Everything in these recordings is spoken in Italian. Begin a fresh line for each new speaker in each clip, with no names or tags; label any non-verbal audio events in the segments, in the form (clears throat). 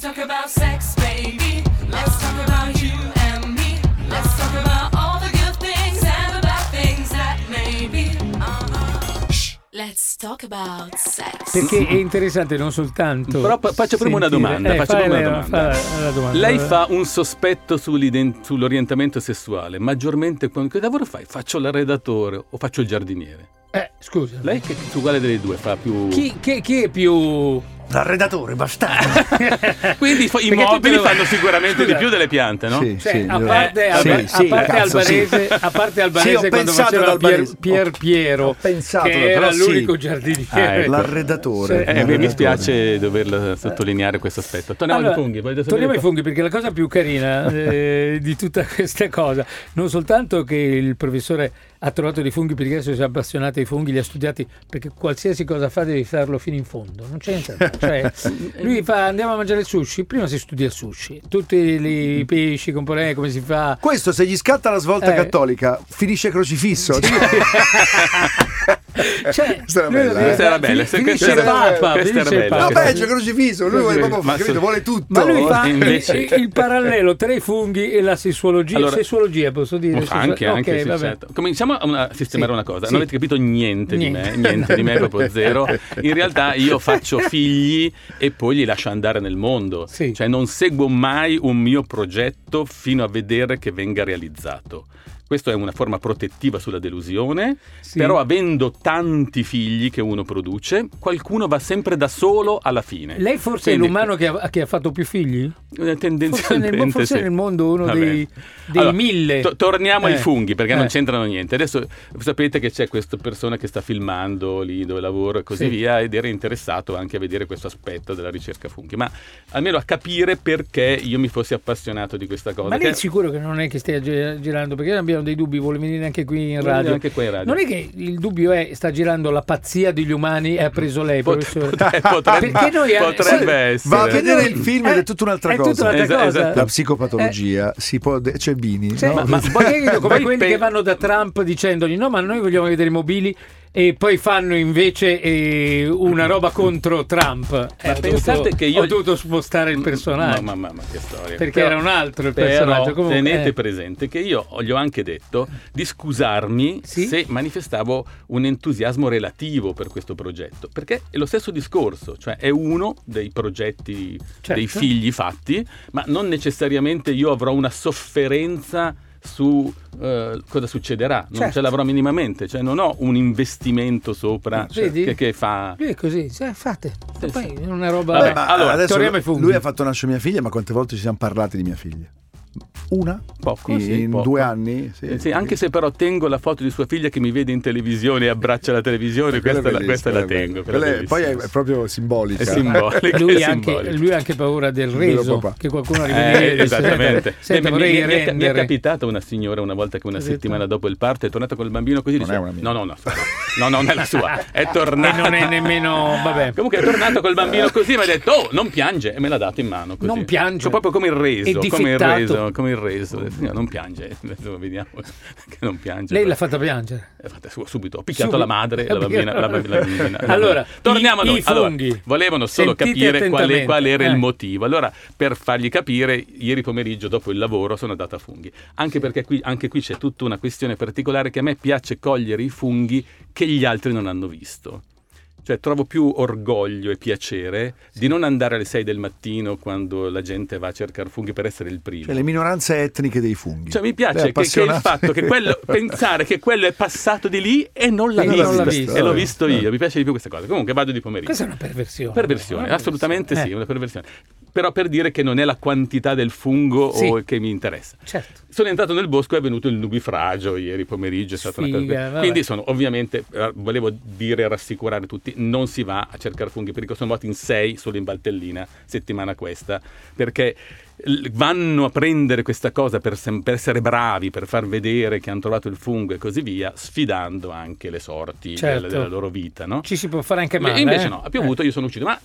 talk about sex, baby. Let's talk about you and me. Let's talk about all the good things and the bad things that maybe. Uh-huh. Shh. Let's talk about sex.
Perché
(laughs)
è interessante non soltanto.
Però pa- faccio prima una
sentire-
domanda,
Eh,
faccio
fai
prima
la-
una domanda.
fa la- la domanda.
Lei fa un sospetto sull'iden- sull'orientamento sessuale, maggiormente quando che lavoro fai? Faccio la redattore o faccio il giardiniere?
Eh, scusa.
Lei che su quale delle due fa più
Chi, chi- chi è più. (laughs)
L'arredatore, bastardo.
Quindi fa- i
Perché tutti
mobili
lo-
fanno sicuramente
Scusa.
di più delle piante, no?
Sì,
Cioè,
sì,
a
lo-
parte,
eh,
Alba-
sì,
a
sì,
parte
cazzo,
Albarese,
sì.
a parte Albarese
Sì, ho
quando
pensato ad
faceva Pier,
Albarese.
Pier Piero,
Ho pensato,
che era
però sì.
l'unico giardiniere.
Ah, ecco.
L'arredatore.
Sì.
Eh,
L'arredatore.
mi spiace doverla sottolineare questo aspetto. Torniamo
Allora,
ai funghi. voglio sapere
torniamo ai
cosa-
funghi perché la cosa più carina eh, di tutta (laughs) questa cosa, non soltanto che il professore ha trovato dei funghi perché adesso si è appassionato ai funghi, li ha studiati perché qualsiasi cosa fa devi farlo fino in fondo, non c'è niente. Cioè,
(laughs)
lui fa andiamo a mangiare il sushi, prima si studia il sushi, tutti i pesci, i componenti, come si fa.
(laughs) Questo se gli scatta la svolta
Eh.
cattolica finisce crocifisso.
Cioè,
(laughs) Questa era
lui
bella,
deve-
eh.
Questa era bella,
Finisce
questa
il
era bella,
Papa,
questa era
finisce il
bella.
Papa.
No, peggio crocifisso, lui vuole, proprio,
Ma
capito,
su-
vuole tutto.
Ma lui fa
E (laughs) invece-
il, il parallelo tra i funghi e la sessuologia.
Allora-
sessuologia, posso dire?
Ma Anche,
Sessual-
anche,
Ok,
sì,
vabbè.
certo. Cominciamo a una- a sistemare
Sì.
una cosa.
Sì.
Non avete capito niente,
Niente.
di me, niente
(laughs)
di me, proprio zero. In realtà io faccio figli e poi li lascio andare nel mondo.
Sì.
Cioè non seguo mai un mio progetto fino a vedere che venga realizzato. Questa è una forma protettiva sulla delusione,
Sì.
però avendo tanti figli che uno produce, qualcuno va sempre da solo alla fine.
Lei forse
Quindi-
è l'umano che ha, che ha fatto più figli?
Eh,
Forse
Tendenzialmente
nel, mo- forse
sì.
nel mondo uno
Va
dei,
bene.
dei
Allora,
mille.
to- torniamo
Eh,
ai funghi perché non
eh.
c'entrano niente. Adesso sapete che c'è questa persona che sta filmando lì dove lavoro e così
Sì.
via ed era interessato anche a vedere questo aspetto della ricerca funghi, ma almeno a capire perché io mi fossi appassionato di questa cosa.
Ma lei
che-
è sicuro che non è che stia gi- girando? Perché abbiamo dei dubbi, vuole venire anche qui in
Vuole
radio.
venire anche qua in radio.
Non è che il dubbio è sta girando la pazzia degli umani e ha preso lei,
Pot-
professore.
(laughs)
Ah,
potre- potrebbe,
Perché noi-
potrebbe essere.
Ah, Va a vedere
Sì.
il film ed
Eh,
è tutta un'altra
è
cosa.
tutta un'altra
Esa-
cosa.
esatto.
La psicopatologia si può. de- c'è Bini.
Sì,
no?
ma,
Eh. ma-
poi è che come
poi
quelli
pe-
che vanno da Trump dicendogli no ma noi vogliamo vedere i mobili e poi fanno invece eh, una roba contro Trump Eh,
Ma
ho
pensate
dovuto-
che io-
ho dovuto spostare il personaggio
Ma, ma- ma- ma che storia.
Perché era un altro il
però
personaggio, comunque,
tenete
eh.
presente che io gli ho anche detto di scusarmi
Sì?
se manifestavo un entusiasmo relativo per questo progetto. Perché è lo stesso discorso, cioè è uno dei progetti,
Certo.
dei figli fatti, ma non necessariamente io avrò una sofferenza su eh, cosa succederà, non
Certo.
ce l'avrò minimamente, cioè non ho un investimento sopra cioè,
Vedi?
che, che fa...
lui è così cioè, fate
Sì,
poi
sì.
è una roba
Vabbè,
Beh, ma
allora,
adesso
torniamo ai funghi.
lui
(laughs)
ha fatto nascere mia figlia, ma quante volte ci siamo parlati di mia figlia? Una?
Poco,
in
sì, poco.
due anni?
Eh sì, anche se però tengo la foto di sua figlia che mi vede in televisione e abbraccia la televisione,
Quella
questa,
è
la,
bellissima,
questa la
quella è
tengo.
bella.
quella
Quella è- poi è
bellissima.
proprio simbolica.
È simbolica.
lui,
è
ha anche,
simbolica.
lui ha anche paura del
Quello
reso
papà.
che qualcuno arrivi
Eh,
lì e dice,
esattamente.
senta,
Mi- mi-
vorrei
mi, mi è, mi è
rendere
capitata una signora una volta che una
Cosa ha detto?
settimana dopo il parto è tornata col bambino così.
Non
dice,
è una mia.
No, no, no, scusa. no, no, non è
(laughs)
la sua. È tornata.
E non è nemmeno- vabbè.
Comunque è tornata col bambino così e mi ha detto, oh, non piange. E me l'ha dato in mano. Così.
Non piange.
Cioè, proprio come il reso.
È
Come il
difettato.
reso. Come il reso. Ho detto, "Signora, non piange. (laughs) Adesso vediamo che non piange.
lei l'ha fatta piangere
Eh, fate su- subito ho picchiato
Subito.
la madre
(laughs)
la bambina, la bambina- la bambina.
Allora,
torniamo
i-
a noi
i funghi.
Allora, volevano solo
Sentite
capire qual, è- qual era
attentamente. Eh.
il motivo allora per fargli capire ieri pomeriggio dopo il lavoro sono andata a funghi anche perché qui, anche qui c'è tutta una questione particolare che a me piace cogliere i funghi che gli altri non hanno visto cioè trovo più orgoglio e piacere di non andare alle 6 del mattino quando la gente va a cercare funghi per essere il primo
Cioè, le minoranze etniche dei funghi.
cioè, mi
Lei è
piace che, che il
appassionata.
fatto
(laughs)
che
(laughs)
quello, pensare che quello è passato di lì e non l'ha
E non
visto.
l'ha visto. Eh.
E l'ho visto io, mi piace di più questa cosa. Comunque vado di pomeriggio.
questa è una perversione
Perversione,
Una
assolutamente sì,
eh,
una perversione. Però per dire che non è la quantità del fungo
Sì.
o che mi interessa.
certo
Sono entrato nel bosco e è venuto il nubifragio ieri pomeriggio. È stata una cosa-
Sfiga, vabbè.
Quindi sono ovviamente, eh, volevo dire, rassicurare tutti, non si va a cercare funghi perché sono morti in sei solo in Valtellina settimana questa, perché l- vanno a prendere questa cosa per, sem- per essere bravi, per far vedere che hanno trovato il fungo e così via, sfidando anche le sorti
Certo.
della, della loro vita, no?
Ci si può fare anche male.
E invece
eh?
no, ha piovuto, io sono uscito, ma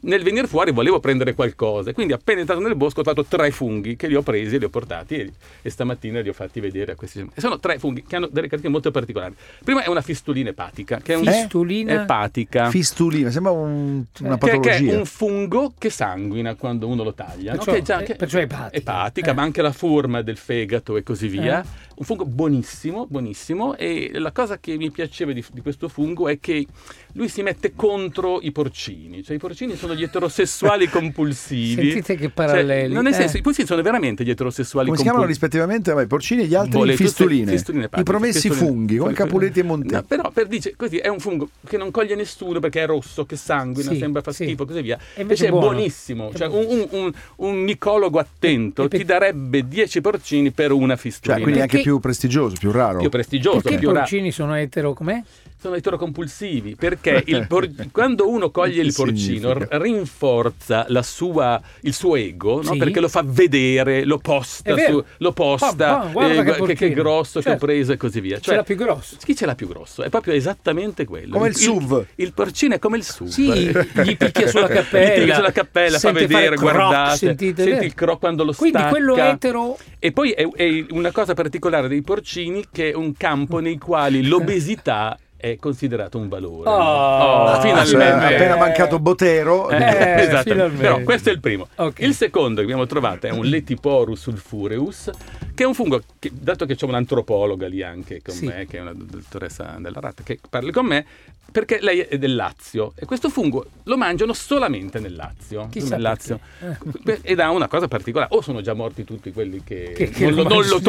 nel venire fuori volevo prendere qualcosa, quindi appena entrato nel bosco ho trovato tre funghi che li ho presi e li ho portati e, e stamattina li ho fatti vedere a questi. e Sono tre funghi che hanno delle caratteristiche molto particolari. Prima è una fistolina epatica, che è un
Fistolina?
epatica.
Fistulina, sembra un- una
Che, che
patologia.
è un fungo che sanguina quando uno lo taglia, no?
Perciò-
Che è già-
eh,
che-
perciò è epatica.
epatica,
Eh.
ma anche la forma del fegato e così via.
Eh.
Un fungo buonissimo, buonissimo. E la cosa che mi piaceva di, di questo fungo è che lui si mette contro i porcini. Cioè, i porcini sono
(laughs)
gli eterosessuali compulsivi.
Sentite che
Cioè,
paralleli.
non nel
eh.
senso, i porcini sono veramente gli eterosessuali
Come si chiamano
compulsivi.
rispettivamente vabbè, i porcini e gli altri
Bolle,
fistuline.
fistuline
I
epatiche,
promessi
fistuline. Eh,
funghi, come Capuletti e Cioè, Montetti.
No, però per dice così è un fungo che non coglie nessuno perché è rosso, che sanguina,
Sì,
sembra fa
sì.
schifo, così via.
E invece
Invece
è
è
buono.
buonissimo.
È
Cioè, un,
buonissimo.
un, un- un micologo attento
E pe-
ti darebbe 10 porcini per una
Cioè,
fistulina.
quindi anche
Perché-
più prestigioso, più raro. Eh,
più prestigioso,
Perché
più
i
ra-
porcini sono etero com'è?
sono eterocompulsivi perché
Eh.
il por- quando uno coglie il
Che
porcino
significa?
r- rinforza la sua- il suo ego no?
Sì.
perché lo fa vedere, lo posta,
È vero.
su- lo
Ah,
posta
ah, guarda
eh,
che
gu- che, che
porcino.
grosso che ho
Certo.
preso e così via. Cioè,
Ce l'ha più grosso.
Chi ce l'ha più grosso? È proprio esattamente quello.
Come il SUV.
Il, porcino è come il SUV.
Sì, gli picchia sulla
(laughs) Gli
cappella.
picchia sulla cappella, fa
Sente fare
vedere,
croc,
guardate.
sentite,
senti
vero?
il croc quando lo
Quindi
stacca.
quello etero
E poi è, è una cosa particolare dei porcini che è un campo nei quali l'obesità è considerato un valore.
Oh,
Oh,
Ah, cioè,
finalmente.
appena mancato Botero.
Eh,
Eh,
(laughs) esatto.
finalmente.
Però questo è il primo.
Ok.
Il secondo che abbiamo trovato è un Letiporus sulfureus, che è un fungo, che, dato che c'è un'antropologa lì anche con
Sì.
me, che è una dottoressa della Rata, che parla con me, perché lei è del Lazio e questo fungo lo mangiano solamente nel Lazio.
Chissà Eh.
nel Lazio. Beh, Ed ha una cosa particolare, o sono già morti tutti quelli che,
Che- che
non, lo,
lo
non lo
mangiano.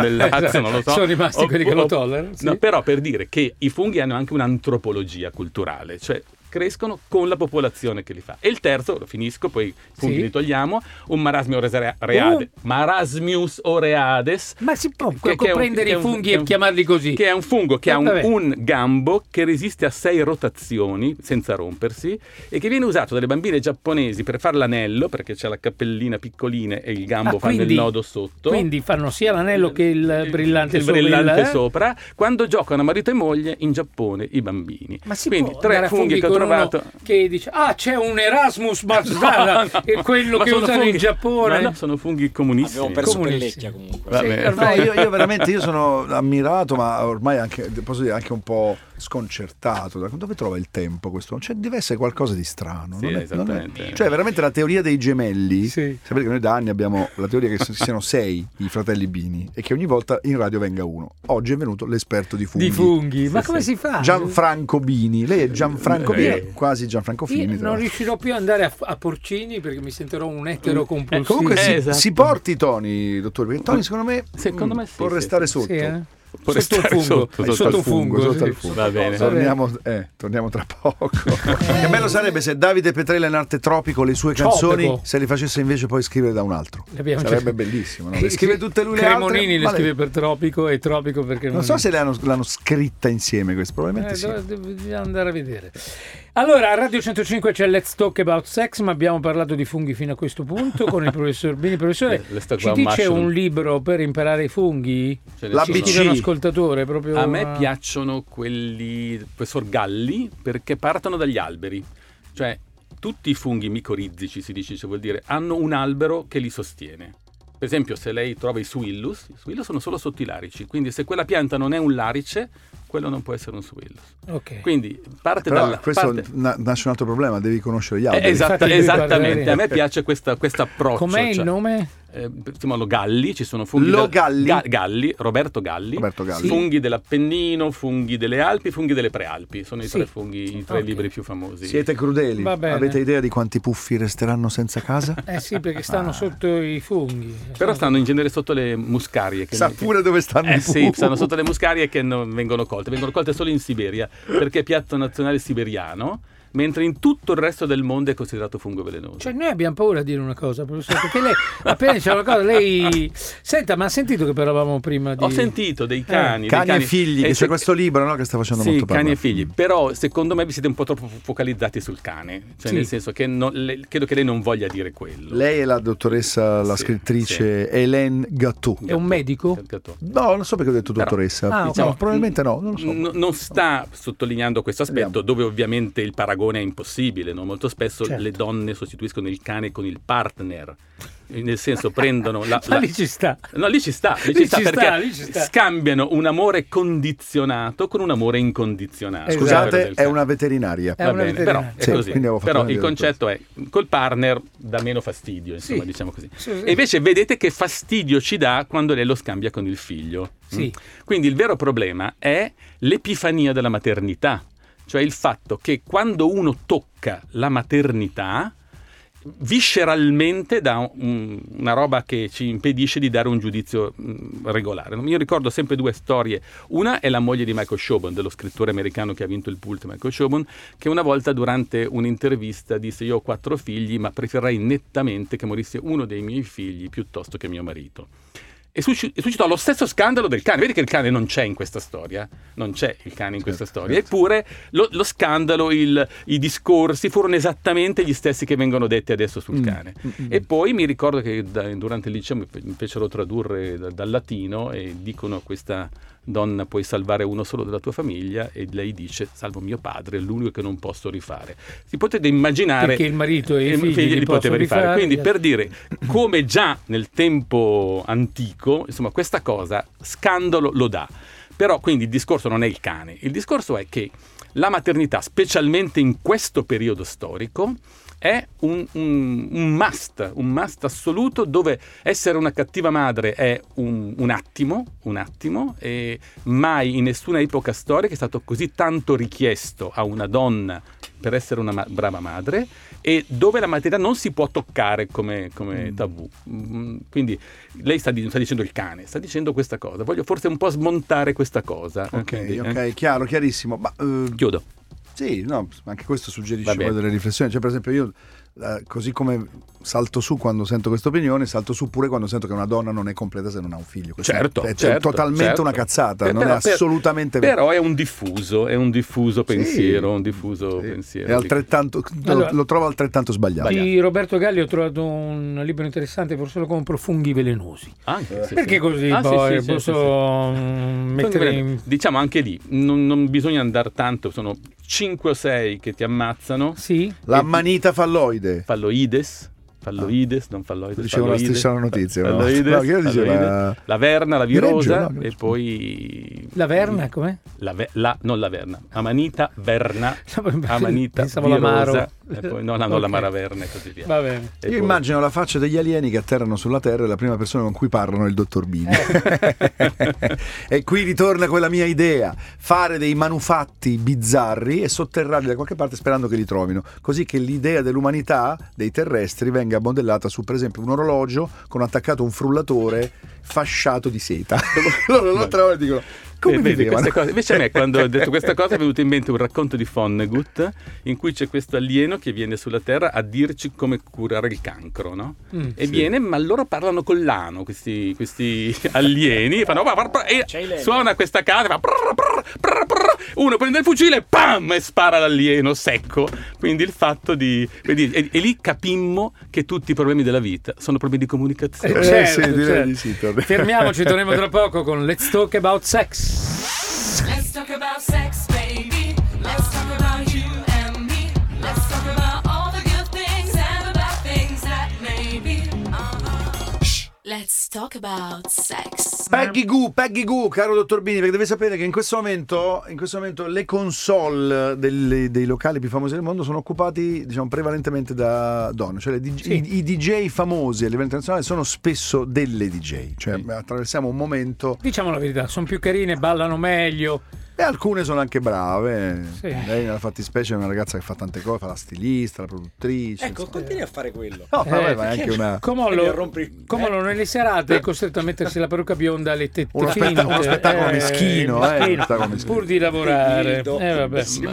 (laughs)
nel Lazio,
Esatto.
non lo so.
Sono rimasti quelli che lo tollerano, sì.
No, però per dire che i funghi hanno anche un'antropologia culturale, cioè crescono con la popolazione che li fa. E il terzo, lo finisco, poi i funghi
Sì.
li togliamo, un Marasmius oreades. Marasmius oreades.
Ma si può
che- che è un-
prendere
che è
i
un-
funghi
che è
e
un-
chiamarli così?
Che è un fungo che
Eh,
ha un,
vabbè.
un gambo che resiste a sei rotazioni senza rompersi e che viene usato dalle bambine giapponesi per fare l'anello, perché c'è la cappellina piccolina e il
Ah,
gambo fa il
quindi-
nodo sotto.
Quindi fanno sia l'anello che il brillante
il
sopra il-
brillante
eh?
sopra, quando giocano marito e moglie in Giappone i bambini.
Ma si
Quindi
può andare
tre
a
funghi che ho
con uno
trovato.
(laughs) che dice "Ah, c'è un Erasmus (laughs)
(laughs)
Marzana, è quello
Ma
che
sono
usano
funghi-
in Giappone".
Ma no, sono funghi comunisti.
Abbiamo perso
Comunissimi.
Pellecchia comunque.
Va
Sì,
bene.
ormai-
No, (laughs) io, io veramente io sono ammirato, ma ormai anche, posso dire, anche un po' sconcertato. Da dove trova il tempo questo? Cioè, deve essere qualcosa di strano.
Sì,
non è- non è-
esattamente.
cioè, veramente la teoria dei gemelli.
Sì.
Sapete che noi da anni abbiamo la teoria che
(laughs)
ci siano sei i fratelli Bini e che ogni volta in radio venga uno. Oggi è venuto l'esperto di funghi.
Di funghi, ma
Sì,
come
sì.
si fa?
Gianfranco Bini. Lei è Gianfranco Bini,
Eh.
quasi Gianfranco
Io
Fini. tra
non
l'altero.
riuscirò più ad andare a, a Porcini perché mi sentirò un etero compulsivo.
Comunque
Eh,
si,
esatto.
si porti Tony, dottore, perché Tony secondo me, mm,
Secondo me sì,
può
sì,
restare
sì.
sotto.
Sì, eh?
Può
Sotto il
restare
fungo,
sotto,
sotto, il fungo,
sotto al
sì.
fungo.
Va bene.
Torniamo, eh, torniamo tra
(laughs)
poco. Che bello sarebbe se Davide Petrella in arte tropico le sue canzoni
Eh. Tropico.
se le facesse invece poi scrivere da un altro.
L'abbiamo
sarebbe
già-
bellissimo. No? Le scrive tutte lui le altre,
Cremonini
ma
le
le-
scrive per Tropico e Tropico perché
Non so se le hanno- l'hanno scritta insieme questa, probabilmente
Eh,
sì.
dov- dov- bisogna andare a vedere. Allora, a Radio 105 c'è Let's Talk About Sex, ma abbiamo parlato di funghi fino a questo punto con
(laughs)
il professor Bini. Professore,
Eh,
Let's talk
ci
about
dice
mushroom.
un libro per imparare i funghi?
Cioè,
Ce ne
La
sono.
BC.
Ci dice un ascoltatore proprio. eh,
A me piacciono quelli, professor Galli, perché partono dagli alberi. Cioè, tutti i funghi micorizzici, si dice, cioè vuol dire, hanno un albero che li sostiene. Per esempio, se lei trova i suillus, i suillus sono solo sotto i larici, quindi se quella pianta non è un larice, quello non può essere un suillus.
Ok.
Quindi parte
Però
dalla
questo
parte-
na- nasce un altro problema, devi conoscere gli
Eh,
alberi.
esatta-
Infatti lui
esattamente,
parleremo.
a me piace questa- questo approccio.
Com'è il
cioè,
nome?
eh, si chiamano Galli, ci sono funghi.
Lo
del-
Galli?
Ga- Galli, Roberto Galli.
Roberto Galli.
Funghi dell'Appennino, funghi delle Alpi, funghi delle Prealpi. Sono i
Sì.
tre funghi, i tre
Ok.
libri più famosi.
Siete crudeli.
Va bene.
Avete idea di quanti puffi resteranno senza casa?
Eh sì, perché
Ah.
stanno sotto i funghi.
Però stanno in genere sotto le muscarie. Che
Sa pure dove stanno
Eh
i
sì,
puffi.
stanno sotto le muscarie che non vengono colte. Vengono colte solo in Siberia, perché è piatto nazionale siberiano. mentre in tutto il resto del mondo è considerato fungo velenoso.
Cioè, noi abbiamo paura a dire una cosa, professore, perché lei appena diceva una cosa, lei. Senta, ma ha sentito che parlavamo prima di. Eh.
Ho sentito dei cani, dei
(laughs) Cani e figli,
eh,
che c'è
se-
questo libro no, che sta facendo
sì,
molto Mm.
cani
parlare.
e figli, però secondo me vi siete un po' troppo focalizzati sul cane, cioè
Sì.
nel senso che non- le- credo che lei non voglia dire quello.
Lei è la dottoressa, la
Sì,
scrittrice Hélène Gattou.
È un medico?
Gatto.
No, non so perché ho detto
Però-
dottoressa.
Ah, ok.
Diciamo, probabilmente no, non lo so.
N- non sta sottolineando questo aspetto
Vediamo.
dove ovviamente il paragone è impossibile, no? molto spesso
Certo.
le donne sostituiscono il cane con il partner, nel senso prendono
(laughs)
la...
Ma
la-
lì ci sta.
No, lì ci sta, lì
Lì
ci sta
ci
perché
sta, lì ci sta.
scambiano un amore condizionato con un amore incondizionato.
Esatto.
Scusate,
Del
è
cane.
una veterinaria.
È
Va
una
bene,
veterinaria.
però è
Sì,
così.
quindi avevo fatto
Però
una
il
delle
concetto è col partner dà meno fastidio, insomma,
Sì.
diciamo così.
Sì, sì.
E invece vedete che fastidio ci dà quando lei lo scambia con il figlio.
Sì.
Mm? Quindi il vero problema è l'epifania della maternità, cioè il fatto che quando uno tocca la maternità visceralmente da un- una roba che ci impedisce di dare un giudizio mm, regolare. Io ricordo sempre due storie. Una è la moglie di Michael Showman, dello scrittore americano che ha vinto il Pulitzer, Michael Showman, che una volta durante un'intervista disse io ho quattro figli ma preferirei nettamente che morisse uno dei miei figli piuttosto che mio marito. E susci- e suscitò lo stesso scandalo del cane. Vedi che il cane non c'è in questa storia. eh? Non c'è il cane in questa storia.
certo.
Eppure lo, lo scandalo, il- i discorsi furono esattamente gli stessi che vengono detti adesso sul
Mm.
cane.
Mm, mm.
E poi mi ricordo che da- durante il liceo mi fe- mi fecero tradurre da- dal latino e dicono a questa donna puoi salvare uno solo della tua famiglia e lei dice salvo mio padre, è l'unico che non posso rifare. Si potete immaginare...
Perché il marito e i
eh,
figli li
li poteva
possono
rifare.
rifare,
Quindi
certo.
per dire come già nel tempo antico, insomma questa cosa scandalo lo dà. Però quindi il discorso non è il cane, il discorso è che la maternità, specialmente in questo periodo storico, è un, un- un must, un must assoluto dove essere una cattiva madre è un, un attimo, un attimo, e mai in nessuna epoca storica è stato così tanto richiesto a una donna per essere una ma- brava madre e dove la materia non si può toccare come, come tabù. Mm, Quindi lei sta, di- non sta dicendo il cane, sta dicendo questa cosa. Voglio forse un po' smontare questa cosa. eh, quindi,
Ok,
eh.
ok, chiaro, chiarissimo. Ma eh,
Chiudo.
Sì, no, ma anche questo
Va
suggerisce
bene.
poi delle riflessioni. Cioè, per esempio, io eh, così come salto su quando sento questa opinione, salto su pure quando sento che una donna non è completa se non ha un figlio. Questa
Certo,
è, è
certo,
totalmente
certo.
una cazzata,
Eh,
non
però-
è assolutamente
però,
vero.
però è un diffuso, è un diffuso
Sì.
pensiero, un diffuso
Sì.
pensiero.
È altrettanto- lo-
Allora-
lo, trovo altrettanto sbagliato.
Di Roberto Galli ho trovato un libro interessante, forse lo compro, Funghi velenosi.
Anche, sì,
Perché
sì.
così
Ah, sì,
poi
sì, sì,
posso
sì, sì.
mm, mettere in...
Diciamo anche lì, non, non bisogna andare tanto, sono 5 o 6 che ti ammazzano,
Sì?
La manita falloide.
falloides, falloides, non falloides,
Ah. Diceva una
falloides,
striscia alla notizia, no? (laughs)
falloides,
No, che io dicevo,
falloides.
eh,
la verna, la
di Reggio,
virosa
no?
e poi...
La verna, com'è?
La ve- la- non la verna, amanita, verna,
(laughs)
amanita,
Pensavo
virosa,
l'amaro.
e poi, no, no, no,
Ok.
la maraverna e così via.
Va bene.
E
Io
poi-
immagino la faccia degli alieni che atterrano sulla Terra e la prima persona con cui parlano è il dottor Bini.
Eh.
(laughs) e qui ritorna quella mia idea: fare dei manufatti bizzarri e sotterrarli da qualche parte sperando che li trovino. Così che l'idea dell'umanità dei terrestri venga modellata su, per esempio, un orologio con attaccato un frullatore fasciato di seta. (laughs) Loro lo trovano e dicono. Come
Eh, vedi,
vivevano?"
queste cose- Invece a me quando ho detto questa cosa è venuto in mente un racconto di Vonnegut in cui c'è questo alieno che viene sulla Terra a dirci come curare il cancro, no?
Mm.
E viene, ma loro parlano con l'ano, questi, questi (laughs) alieni, e fanno, "Va, va, va", e suona questa casa, fa prr, prr, prr, prr. uno prende il fucile, pam, e spara l'alieno secco. Quindi il fatto di... vedi, e, e lì capimmo che tutti i problemi della vita sono problemi di comunicazione.
Eh, sì, direi di sì, torna-
certo, Fermiamoci, torniamo
(laughs)
tra poco con Let's Talk About Sex.
Let's talk about sex, baby. Let's talk about you and me. Let's talk about all the good things and the bad things that may be. Uh-huh. Shh. Let's talk about sex.
Peggy Goo, Peggy Goo, caro dottor Bini, perché deve sapere che in questo momento, in questo momento le console delle- dei locali più famosi del mondo sono occupati diciamo, prevalentemente da donne, cioè le DJ
Sì.
i, i DJ famosi a livello internazionale sono spesso delle DJ, cioè
Sì.
attraversiamo un momento...
Diciamo la verità, sono più carine, ballano meglio,
E alcune sono anche brave.
Sì.
Lei nella fattispecie è una ragazza che fa tante cose, fa la stilista, la produttrice.
Ecco,
insomma.
continui a fare quello.
No, però
Eh,
lei fa anche una...
Quindi
Comollo,
rompi-
Comollo
eh.
nelle serate è costretto a mettersi la parrucca bionda alle tette
Uno spetta-
finte,
uno spettacolo meschino, eh, uno spettacolo meschino.
pur di lavorare.
Dildo.
Eh, vabbè.
Si
Ma-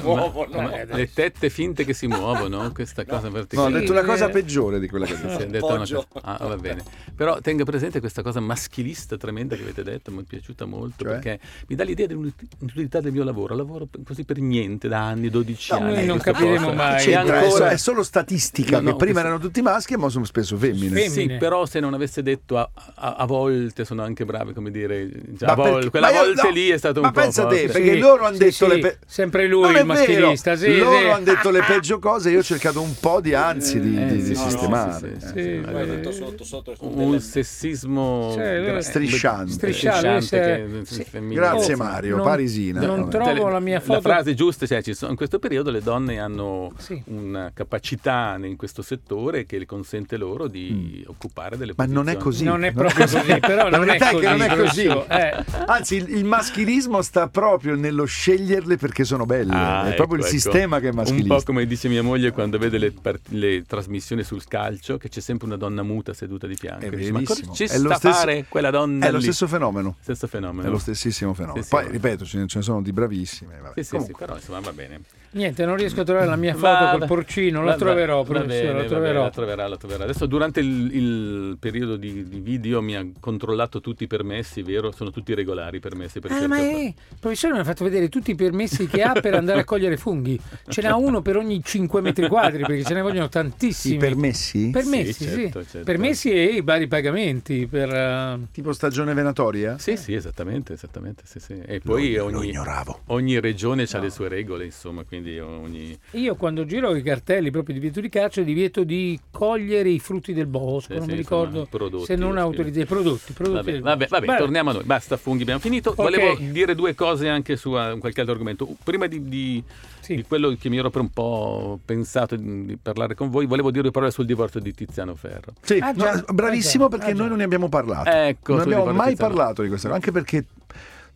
ma-
muovono.
ma le tette finte che si muovono, questa cosa
No, ha
particolare.
detto una cosa peggiore di quella che ha detto.
Sì, ha detto una cosa-
Appoggio.
Ah,
(laughs)
va bene. Però tenga presente questa cosa maschilista tremenda che avete detto, mi è piaciuta molto
Cioè?
perché mi dà l'idea dell'inutilità del mio lavoro. Lavoro per- così per niente da anni, 12
No,
anni.
noi non
questo
capiremo
posto.
mai.
C'è
Entra, è so-
ancora.
È solo statistica
No, no,
che prima
questo-
erano tutti maschi e ora sono spesso femmine.
Femmine.
Sì, però se non avesse detto a, a- a volte sono anche bravi, come dire, già,
Ma
a vol-
perché-
quella
ma io-
volta
no,
lì è stato un
ma
po'
pensa te,
forte.
perché
Sì,
loro hanno
sì,
detto
sì,
le pe-
sempre lui,
Non è
il maschilista,
vero.
sì,
loro
sì.
hanno detto
(laughs)
le peggio cose io ho cercato un po' di anzi di, di- di
Eh, no,
sistemare
sì, sì,
Eh,
sì,
sì,
ma
ma-
detto
Tutto sotto, sotto.
un
delle-
sessismo
Cioè,
gra-
eh,
strisciante.
Strisciante,
che-
sì.
femminile.
grazie
Oh,
Mario
non-
Parisina
non
Vabbè.
trovo- la mia foto.
frase giusta, cioè, ci sono- in questo periodo le donne hanno
Sì.
una capacità in questo settore che le consente loro di occupare delle
Mm. Ma
posizioni.
non è così.
Non è proprio così, però
La
non è
verità è che
così,
non è così.
Rosso, eh.
Anzi, il, il maschilismo sta proprio nello sceglierle perché sono belle.
Ah,
è proprio
ecco,
il
ecco.
sistema che è maschilista.
Un po' come dice mia moglie quando vede le, part- le trasmissioni sul calcio, che c'è sempre una donna muta seduta di fianco.
È
Dice, ma cosa
verissimo.
ci
È lo
sta
stesso-
fare quella donna
È lo
lì?"
stesso fenomeno.
Stesso fenomeno.
È lo stessissimo fenomeno.
Sì, sì,
Poi,
vabbè.
ripeto, ce ne, ce ne sono di bravissime. vabbè.
Sì, sì, sì,
Comunque,
però insomma va bene.
Niente, non riesco a trovare la mia foto
Va-
col porcino, la
va-
troverò,
va bene,
professore,
va
la
bene,
troverò.
la troverà, la troverà. Adesso durante il, il periodo di, di video mi ha controllato tutti i permessi, vero? Sono tutti regolari i permessi. per
Ah, ma
cercare-
eh, il professore mi ha fatto vedere tutti i permessi che ha per
(laughs)
andare a cogliere funghi. Ce n'ha uno per ogni 5 metri quadri, perché ce ne vogliono tantissimi.
I permessi?
Permessi,
Sì,
sì,
certo, certo.
Permessi e i vari pagamenti per... eh,
Tipo stagione venatoria?
Sì, sì, esattamente, esattamente. sì, sì. E poi
Lo- lo
ogni,
ignoravo.
ogni regione ha le sue regole, insomma, quindi ogni...
Io quando giro i cartelli proprio di vieto di caccia, divieto di cogliere i frutti del bosco,
Sì,
non
sì,
mi
insomma,
ricordo
i prodotti,
se non
sì.
autorizzi i prodotti. i prodotti
Vabbè,
del
vabbè,
bosco.
vabbè, torniamo a noi. Basta, funghi, abbiamo finito.
Ok.
Volevo dire due cose anche su eh, qualche altro argomento. Prima di, di-
Sì.
di quello che mi ero per un po' pensato di, di parlare con voi, volevo dire due parole sul divorzio di Tiziano Ferro.
Sì,
Ah, già,
no, bravissimo
ah, già,
perché
ah,
noi
già.
non ne abbiamo parlato.
Ecco,
non
sul
abbiamo
divorzio
mai
di Tiziano.
parlato di questa cosa, anche perché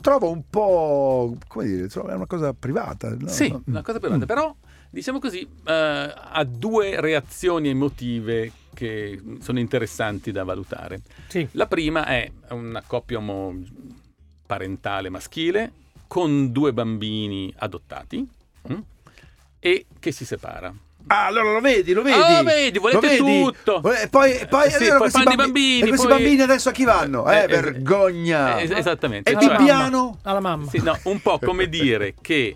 trovo un po', come dire, trovo- è una cosa privata. no?
Sì,
No? Mm.
una cosa per volta. Però, diciamo così, eh, ha due reazioni emotive che sono interessanti da valutare.
Sì.
La prima è una coppia omo- parentale maschile con due bambini adottati mm, e che si separa.
Ah, allora lo vedi, lo vedi.
Ah, vedi, volete
Lo vedi?
tutto.
E poi, e poi,
Eh,
è
sì,
vero,
poi
questi
fanno i
bambi-
bambini,
E questi
poi-
bambini adesso a chi vanno? Eh,
Eh, eh,
vergogna.
eh, es- esattamente.
E
Cioè-
Alla mamma,
Bibbiano?
Alla mamma.
Sì, no, un po' come dire che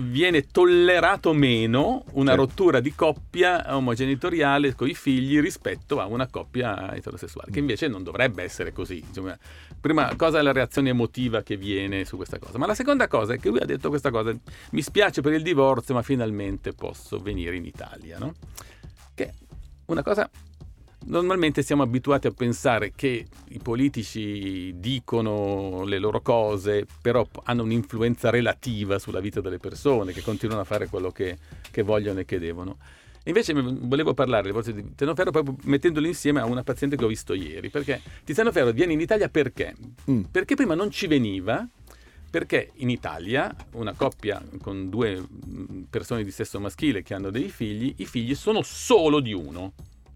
viene tollerato meno una
Sì.
rottura di coppia omogenitoriale con i figli rispetto a una coppia eterosessuale, che invece non dovrebbe essere così. Insomma, prima cosa è la reazione emotiva che viene su questa cosa, ma la seconda cosa è che lui ha detto questa cosa, mi spiace per il divorzio, ma finalmente posso venire in Italia, no? Che è una cosa Normalmente siamo abituati a pensare che i politici dicono le loro cose, però p- hanno un'influenza relativa sulla vita delle persone, che continuano a fare quello che, che vogliono e che devono. Invece m- volevo parlare del divorzio di Tiziano Ferro proprio mettendolo insieme a una paziente che ho visto ieri, perché Tiziano Ferro viene in Italia perché?
Mm.
Perché prima non ci veniva, perché in Italia una coppia con due mh, persone di sesso maschile che hanno dei figli, i figli sono solo di uno.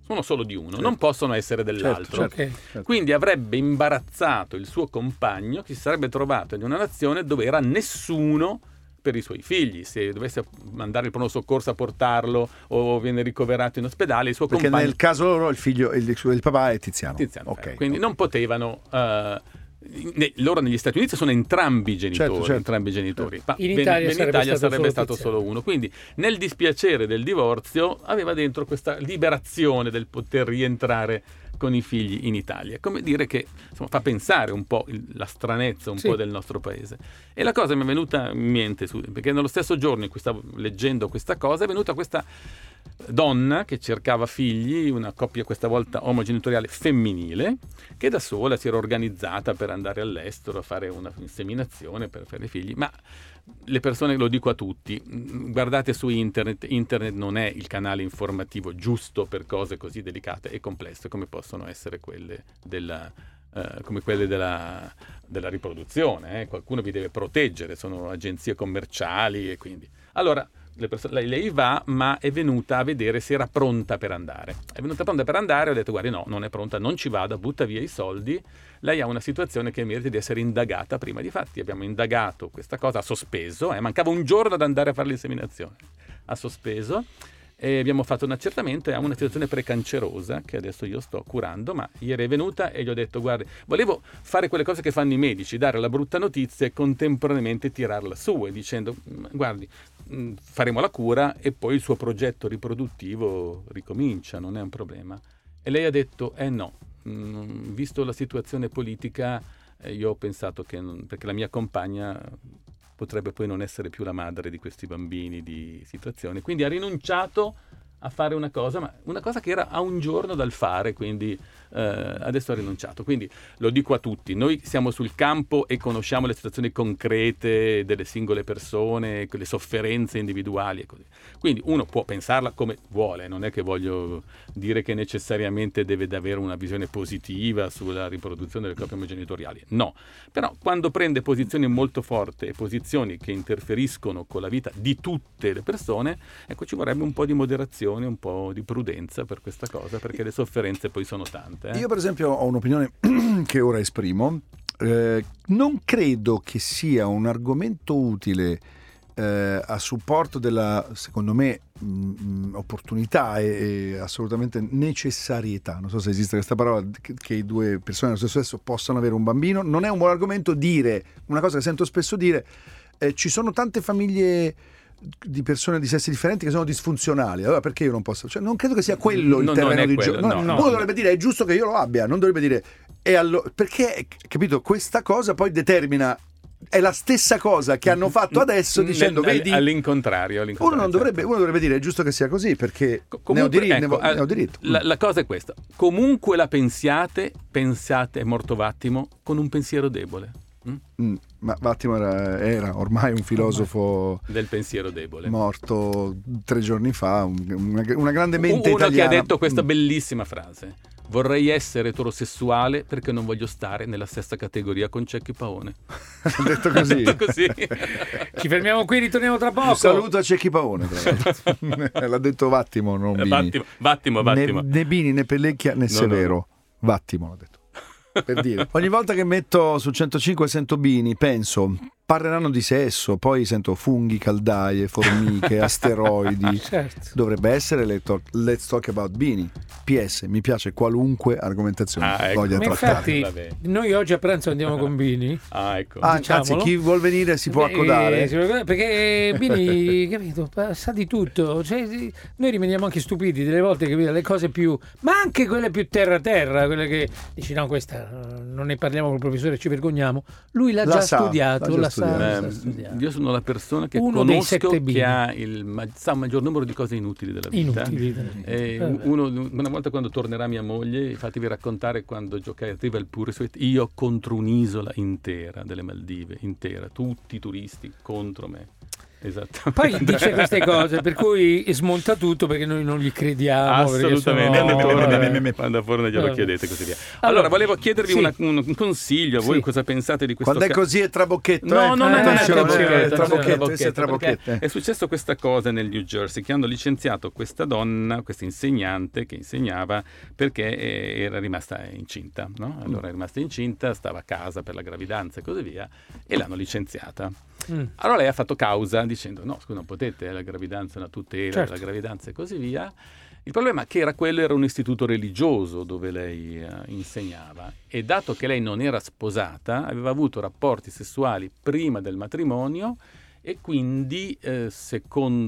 Sono solo di uno, non possono essere dell'altro.
Ok.
certo.
Certo.
Quindi avrebbe imbarazzato il suo compagno che si sarebbe trovato in una nazione dove era nessuno per i suoi figli. Se dovesse mandare il pronto soccorso a portarlo o viene ricoverato in ospedale, il suo
Perché
compagno...
nel caso loro il figlio, il, il papà è Tiziano.
Tiziano
Ok.
Ferro. Quindi non potevano... eh, ne- loro negli Stati Uniti sono entrambi i genitori,
Certo, certo.
entrambi i genitori. Ma
In
ben-
Italia
ben
sarebbe
Italia
stato
sarebbe
solo
stato
Tiziano.
solo uno. Quindi nel dispiacere del divorzio aveva dentro questa liberazione del poter rientrare con i figli in Italia. Come dire che insomma, fa pensare un po' il- la stranezza un
Sì.
po' del nostro paese. E la cosa mi è venuta in mente, su- perché nello stesso giorno in cui stavo leggendo questa cosa è venuta questa donna che cercava figli, una coppia questa volta omogenitoriale femminile, che da sola si era organizzata per andare all'estero a fare una inseminazione per fare figli, ma le persone, lo dico a tutti, mh, guardate su internet, internet non è il canale informativo giusto per cose così delicate e complesse come possono essere quelle della, eh, eh, come quelle della, della riproduzione, eh. qualcuno vi deve proteggere, sono agenzie commerciali e quindi... Allora, le perso- lei, lei va, ma è venuta a vedere se era pronta per andare. È venuta pronta per andare, ho detto guardi no, non è pronta, non ci vada, butta via i soldi. Lei ha una situazione che merita di essere indagata prima. Di fatti abbiamo indagato questa cosa, ha sospeso, eh, mancava un giorno ad andare a fare l'inseminazione. Ha sospeso e abbiamo fatto un accertamento e ha una situazione precancerosa che adesso io sto curando, ma ieri è venuta e gli ho detto guardi, volevo fare quelle cose che fanno i medici, dare la brutta notizia e contemporaneamente tirarla su e dicendo "Ma guardi, mh, mm, faremo la cura e poi il suo progetto riproduttivo ricomincia, non è un problema. E lei ha detto eh no, mh, visto la situazione politica eh, io ho pensato che non- perché la mia compagna potrebbe poi non essere più la madre di questi bambini di situazione. Quindi ha rinunciato a fare una cosa, ma una cosa che era a un giorno dal fare, quindi eh, adesso ha rinunciato. Quindi lo dico a tutti, noi siamo sul campo e conosciamo le situazioni concrete delle singole persone, le sofferenze individuali e così. Quindi uno può pensarla come vuole, non è che voglio dire che necessariamente deve avere una visione positiva sulla riproduzione delle coppie omogenitoriali, no, però quando prende posizioni molto forti e posizioni che interferiscono con la vita di tutte le persone, ecco ci vorrebbe un po' di moderazione, un po' di prudenza per questa cosa, perché le sofferenze poi sono tante. eh.
Io per esempio ho un'opinione (clears throat) che ora esprimo. Eh, non credo che sia un argomento utile eh, a supporto della, secondo me, mh, mh, opportunità e, e assolutamente necessarietà. Non so se esiste questa parola, che, che due persone dello stesso sesso possano avere un bambino. Non è un buon argomento dire, una cosa che sento spesso dire, eh, ci sono tante famiglie di persone di sessi differenti che sono disfunzionali allora perché io non posso cioè, non credo che sia quello il
No, non
terreno
è
di
quello,
gioco
no, no.
uno dovrebbe dire è giusto che io lo abbia non dovrebbe dire e allo- perché capito questa cosa poi determina è la stessa cosa che hanno fatto adesso
Nel-
dicendo
Mm, al-
vedi
all'incontrario,
uno,
all'incontrario,
non dovrebbe,
certo.
uno dovrebbe dire è giusto che sia così perché
Co-
ne ho
comunque,
diritto,
ecco,
ne ho- ne ho
eh,
diritto.
La, la cosa è questa. Comunque la pensiate, pensate mortovattimo con un pensiero debole. mm?
Mm, ma Vattimo era, era ormai un filosofo
Del pensiero debole.
morto tre giorni fa un- una, una grande mente
Uno
italiana
che ha detto questa
Mm.
bellissima frase. Vorrei essere eterosessuale perché non voglio stare nella stessa categoria con Cecchi Paone.
(laughs) Ha detto così.
(laughs) Ha detto
(laughs)
così.
Ci fermiamo qui, ritorniamo tra poco.
Un saluto a Cecchi Paone, tra
(laughs)
l'altro. L'ha detto Vattimo, non Bini.
Vattimo, Vattimo, Vattimo.
Né, né Bini, né Pellecchia, né
No,
Severo. Vattimo, l'ha detto.
(laughs)
Per dire. Ogni volta che metto su 105 sento Bini, penso, parleranno di sesso, poi sento funghi,
(laughs)
caldaie, formiche, asteroidi.
Certo.
Dovrebbe essere Let's Talk, Let's Talk About Bini. PS, mi piace qualunque argomentazione
Ah, ecco.
voglia
Ma
Ma
trattare.
infatti,
Vabbè.
noi oggi a pranzo andiamo con Bini.
Ah, ecco.
(laughs) Ah, anzi,
diciamolo.
chi vuol venire si può
Eh,
accodare.
si può accodare, perché eh,
(laughs)
Bini, capito, sa di tutto. Cioè, sì, noi rimaniamo anche stupiti delle volte, capito, le cose più... Ma anche quelle più terra-terra, quelle che dici no, questa eh, non ne parliamo col professore, ci vergogniamo. Lui l'ha
La
già
sa, l'ha
studiato,
già
la sa,
studiata.
l'ha
Eh,
studiata.
io sono la persona che
Uno dei
conosco
sette bimbi.
che ha il, ma- sa il maggior numero di cose inutili della vita.
Inutili.
Eh,
Vabbè.
uno- una volta quando tornerà mia moglie, fatevi raccontare quando giocai a Rival Pursuit, io contro un'isola intera delle Maldive, intera, tutti i turisti contro me. Esattamente.
(laughs)
Poi dice
(laughs)
queste cose, per cui smonta tutto perché noi non gli crediamo. perché
Assolutamente,
sono-
Torna- quando a Forna glielo
Vabbè.
chiedete e così via. Allora,
Allora,
volevo chiedervi
sì.
una- un un consiglio a voi
Sì.
cosa pensate di questo
Quando è
ca-
così è trabocchetto.
No,
eh?
no, no,
Eh,
non è
Attenzione,
trabocchetto,
eh,
trabocchetto,
attenzione,
trabocchetto,
trabocchetto,
questo è trabocchetto.
perché
eh.
È successo questa cosa nel New Jersey che hanno licenziato questa donna, questa insegnante che insegnava perché eh, era rimasta incinta. no? Allora è rimasta incinta, stava a casa per la gravidanza e così via e l'hanno licenziata.
Mm.
Allora lei ha fatto causa dicendo no, scusa, non potete, eh, la gravidanza è una tutela,
Certo.
la gravidanza e così via. Il problema è che era quello, era un istituto religioso dove lei eh, insegnava e dato che lei non era sposata, aveva avuto rapporti sessuali prima del matrimonio e quindi eh,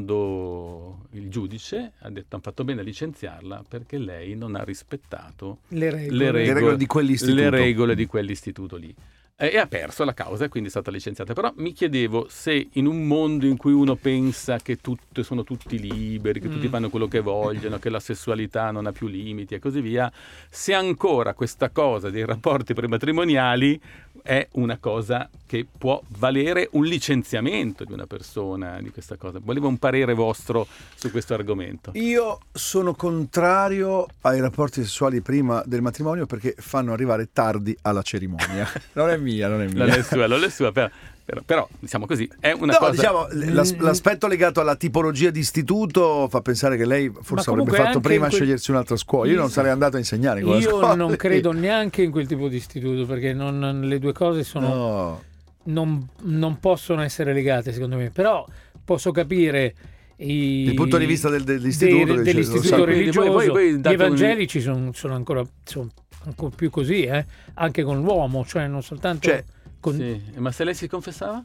secondo il giudice ha detto hanno fatto bene a licenziarla perché lei non ha rispettato
Le regole.
le regole,
regole di quell'istituto.
le regole di quell'istituto lì. eh, e ha perso la causa e quindi è stata licenziata. Però mi chiedevo se in un mondo in cui uno pensa che tutte- sono tutti liberi, che tutti
Mm.
fanno quello che vogliono, che la sessualità non ha più limiti e così via, se ancora questa cosa dei rapporti prematrimoniali è una cosa che può valere un licenziamento di una persona di questa cosa. Volevo un parere vostro su questo argomento.
Io sono contrario ai rapporti sessuali prima del matrimonio perché fanno arrivare tardi alla cerimonia. (laughs) Non è mia, non è mia.
Non è sua, non è sua, però, però- però, diciamo così, è una
no,
cosa...
diciamo,
Mm.
l- l'as- l'aspetto legato alla tipologia di istituto fa pensare che lei forse
Ma
avrebbe
comunque
fatto
anche
prima
in quel-
scegliersi un'altra scuola. Io non
Sì.
sarei andato a insegnare in quella
Io
scuola
non
lì. (laughs)
credo neanche in quel tipo di istituto perché non- le due cose sono,
No.
non, non possono essere legate secondo me, però posso capire i-
Il punto di vista del- dell'istituto, dice,
dell'istituto
lo so.
Quindi voi-
religioso,
voi- voi date
gli
un-
evangelici sono, sono ancora sono ancora più così, eh, anche con l'uomo, cioè non soltanto
Cioè,
con...
Sì, ma se lei si confessava?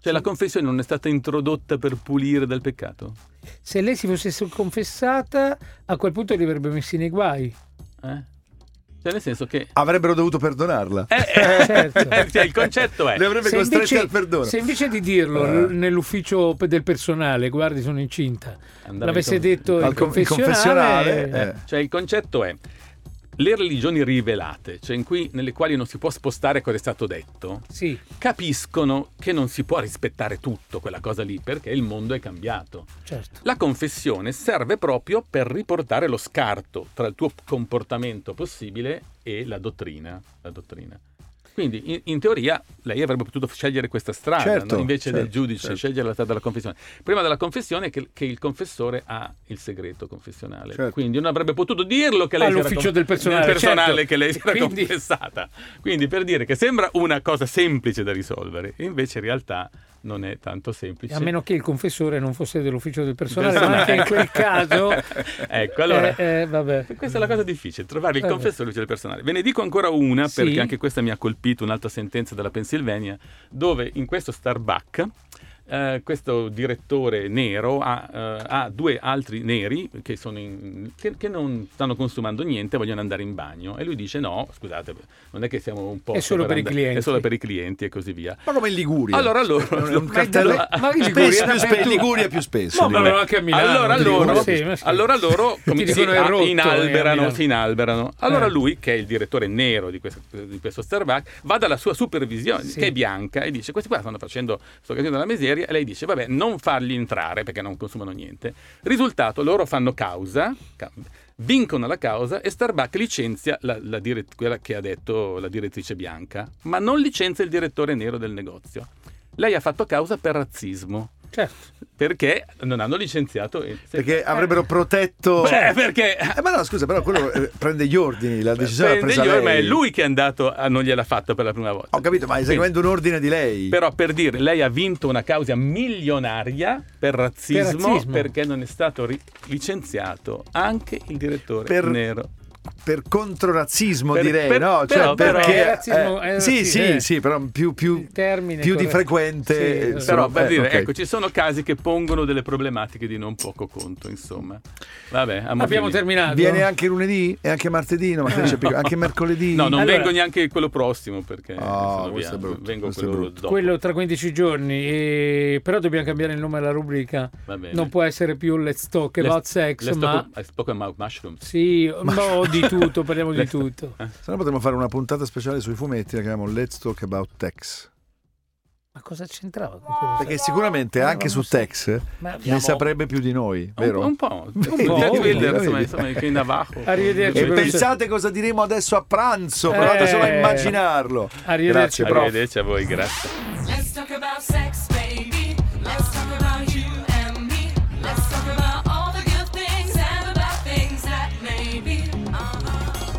Cioè la confessione non è stata introdotta per pulire dal peccato?
Se lei si fosse confessata, a quel punto li avrebbe messi nei guai.
Eh? Cioè nel senso che...
Avrebbero dovuto perdonarla.
Eh, eh,
Certo.
eh, cioè, il concetto è...
(laughs) Le avrebbe
Se
costretti
invece,
al perdono.
se invece di dirlo
Eh.
l- nell'ufficio pe- del personale, guardi, sono incinta,
Andava
l'avesse
in-
detto
Al
il
con- il
confessionale,
confessionale, eh.
Cioè il concetto è... Le religioni rivelate, cioè in cui, nelle quali non si può spostare cosa è stato detto,
sì,
capiscono che non si può rispettare tutto quella cosa lì perché il mondo è cambiato.
certo.
La confessione serve proprio per riportare lo scarto tra il tuo comportamento possibile e la dottrina. La dottrina. Quindi in, in teoria lei avrebbe potuto scegliere questa strada
Certo,
no? invece del
certo,
giudice,
certo.
scegliere la strada della confessione. Prima della confessione che, che il confessore ha il segreto confessionale.
Certo.
Quindi non avrebbe potuto dirlo che lei si era
All'ufficio
conf-
del personale,
del personale
certo.
che lei si era
Quindi-
confessata. Quindi per dire che sembra una cosa semplice da risolvere, invece in realtà non è tanto semplice.
A meno che il confessore non fosse dell'ufficio del personale, ma
Personale.
anche in quel caso...
(laughs) ecco, allora,
Eh, eh, vabbè.
questa è la cosa difficile, trovare il
Vabbè.
confessore del personale. Ve ne dico ancora una,
Sì.
perché anche questa mi ha colpito, un'altra sentenza della Pennsylvania, dove in questo Starbucks eh, questo direttore nero ha, eh, ha due altri neri che, sono in- che- che non stanno consumando niente, vogliono andare in bagno e lui dice no, scusate, non è che siamo un po'...
solo per i clienti."
È solo per i clienti e così via.
Ma come in Liguria.
Allora loro... (laughs)
È un cartello-
Allora-
Ma in Liguria
Spesso
era
più spe-
aperto-
Liguria più spesso.
Ma-
Liguria.
ma- anche a Milano,
Cioè, allora
ti
dicono,
loro,
sì, ma sì.
allora loro come
Ti
si-
dicono è
ah,
rotto, eh, a
inalberano,
Milano.
si inalberano. Allora
Eh.
lui, che è il direttore nero di questo, di questo Starbucks, va dalla sua supervisione,
Sì.
che è bianca, e dice: Questi qua stanno facendo, sto facendo della miseria. E lei dice: Vabbè, non farli entrare perché non consumano niente. Risultato, loro fanno causa. ca- Vincono la causa e Starbucks licenzia la- la dire- quella che ha detto la direttrice bianca, ma non licenzia il direttore nero del negozio. Lei ha fatto causa per razzismo
Certo.
perché non hanno licenziato il-
Perché avrebbero protetto...
Beh, Eh. Cioè, perché
Eh, ma no, scusa, però quello eh, prende gli ordini, la decisione l'ha
Prende
presa
gli
lei.
or- ma è lui che è andato a- non gliel'ha fatto per la prima volta
Ho capito, ma
Quindi,
eseguendo un ordine di lei.
però per dire lei ha vinto una causa milionaria per razzismo,
Per razzismo.
perché non è stato ri- licenziato anche il direttore
Per-
nero
per controrazzismo
Per-
direi,
per-
no?
però- però-
Cioè, perché
Eh, razzismo-
eh,
eh,
sì,
sì,
sì,
eh.
sì, però più, più,
Il termine
più di
corretto.
frequente.
Sì,
eh,
Sono-
però per
eh,
dire
ok.
ecco ci sono casi che pongono delle problematiche di non poco conto insomma vabbè abbiamo
Abbiamo
finito.
terminato.
Viene anche lunedì e anche martedì, no, ma che c'è più- anche mercoledì.
no non
Allora-
vengo neanche quello prossimo perché
Ah,
sono
questo
via.
è brutto,
vengo
questo è
quello
brutto.
dopo
Quello tra 15 giorni, e- però dobbiamo cambiare il nome alla rubrica.
va bene
Non può essere più Let's Talk About Sex,
let's
ma...
talk, I spoke about mushrooms
Sì, no, di tutto, parliamo di
Let's-
tutto.
Se no potremmo fare una puntata speciale sui fumetti, la chiamiamo Let's Talk About Tex.
Ma cosa c'entrava con quello?
Perché sicuramente anche su Tex
Eh, Ma-
ne saprebbe più di noi, vero?
Un, po', Cioè, un po'.
Vedi,
Jack
vedi,
Wilder, insomma,
vedi.
insomma, che in Navajo.
Arrivederci,
E
professore.
pensate cosa diremo adesso a pranzo, provate
Eh.
solo a immaginarlo.
Arrivederci,
Grazie, prof.
Arrivederci a voi, grazie.
Let's talk about sex, baby. Let's talk about you and me. Let's talk about all the good things and the bad things that may be. Uh-huh.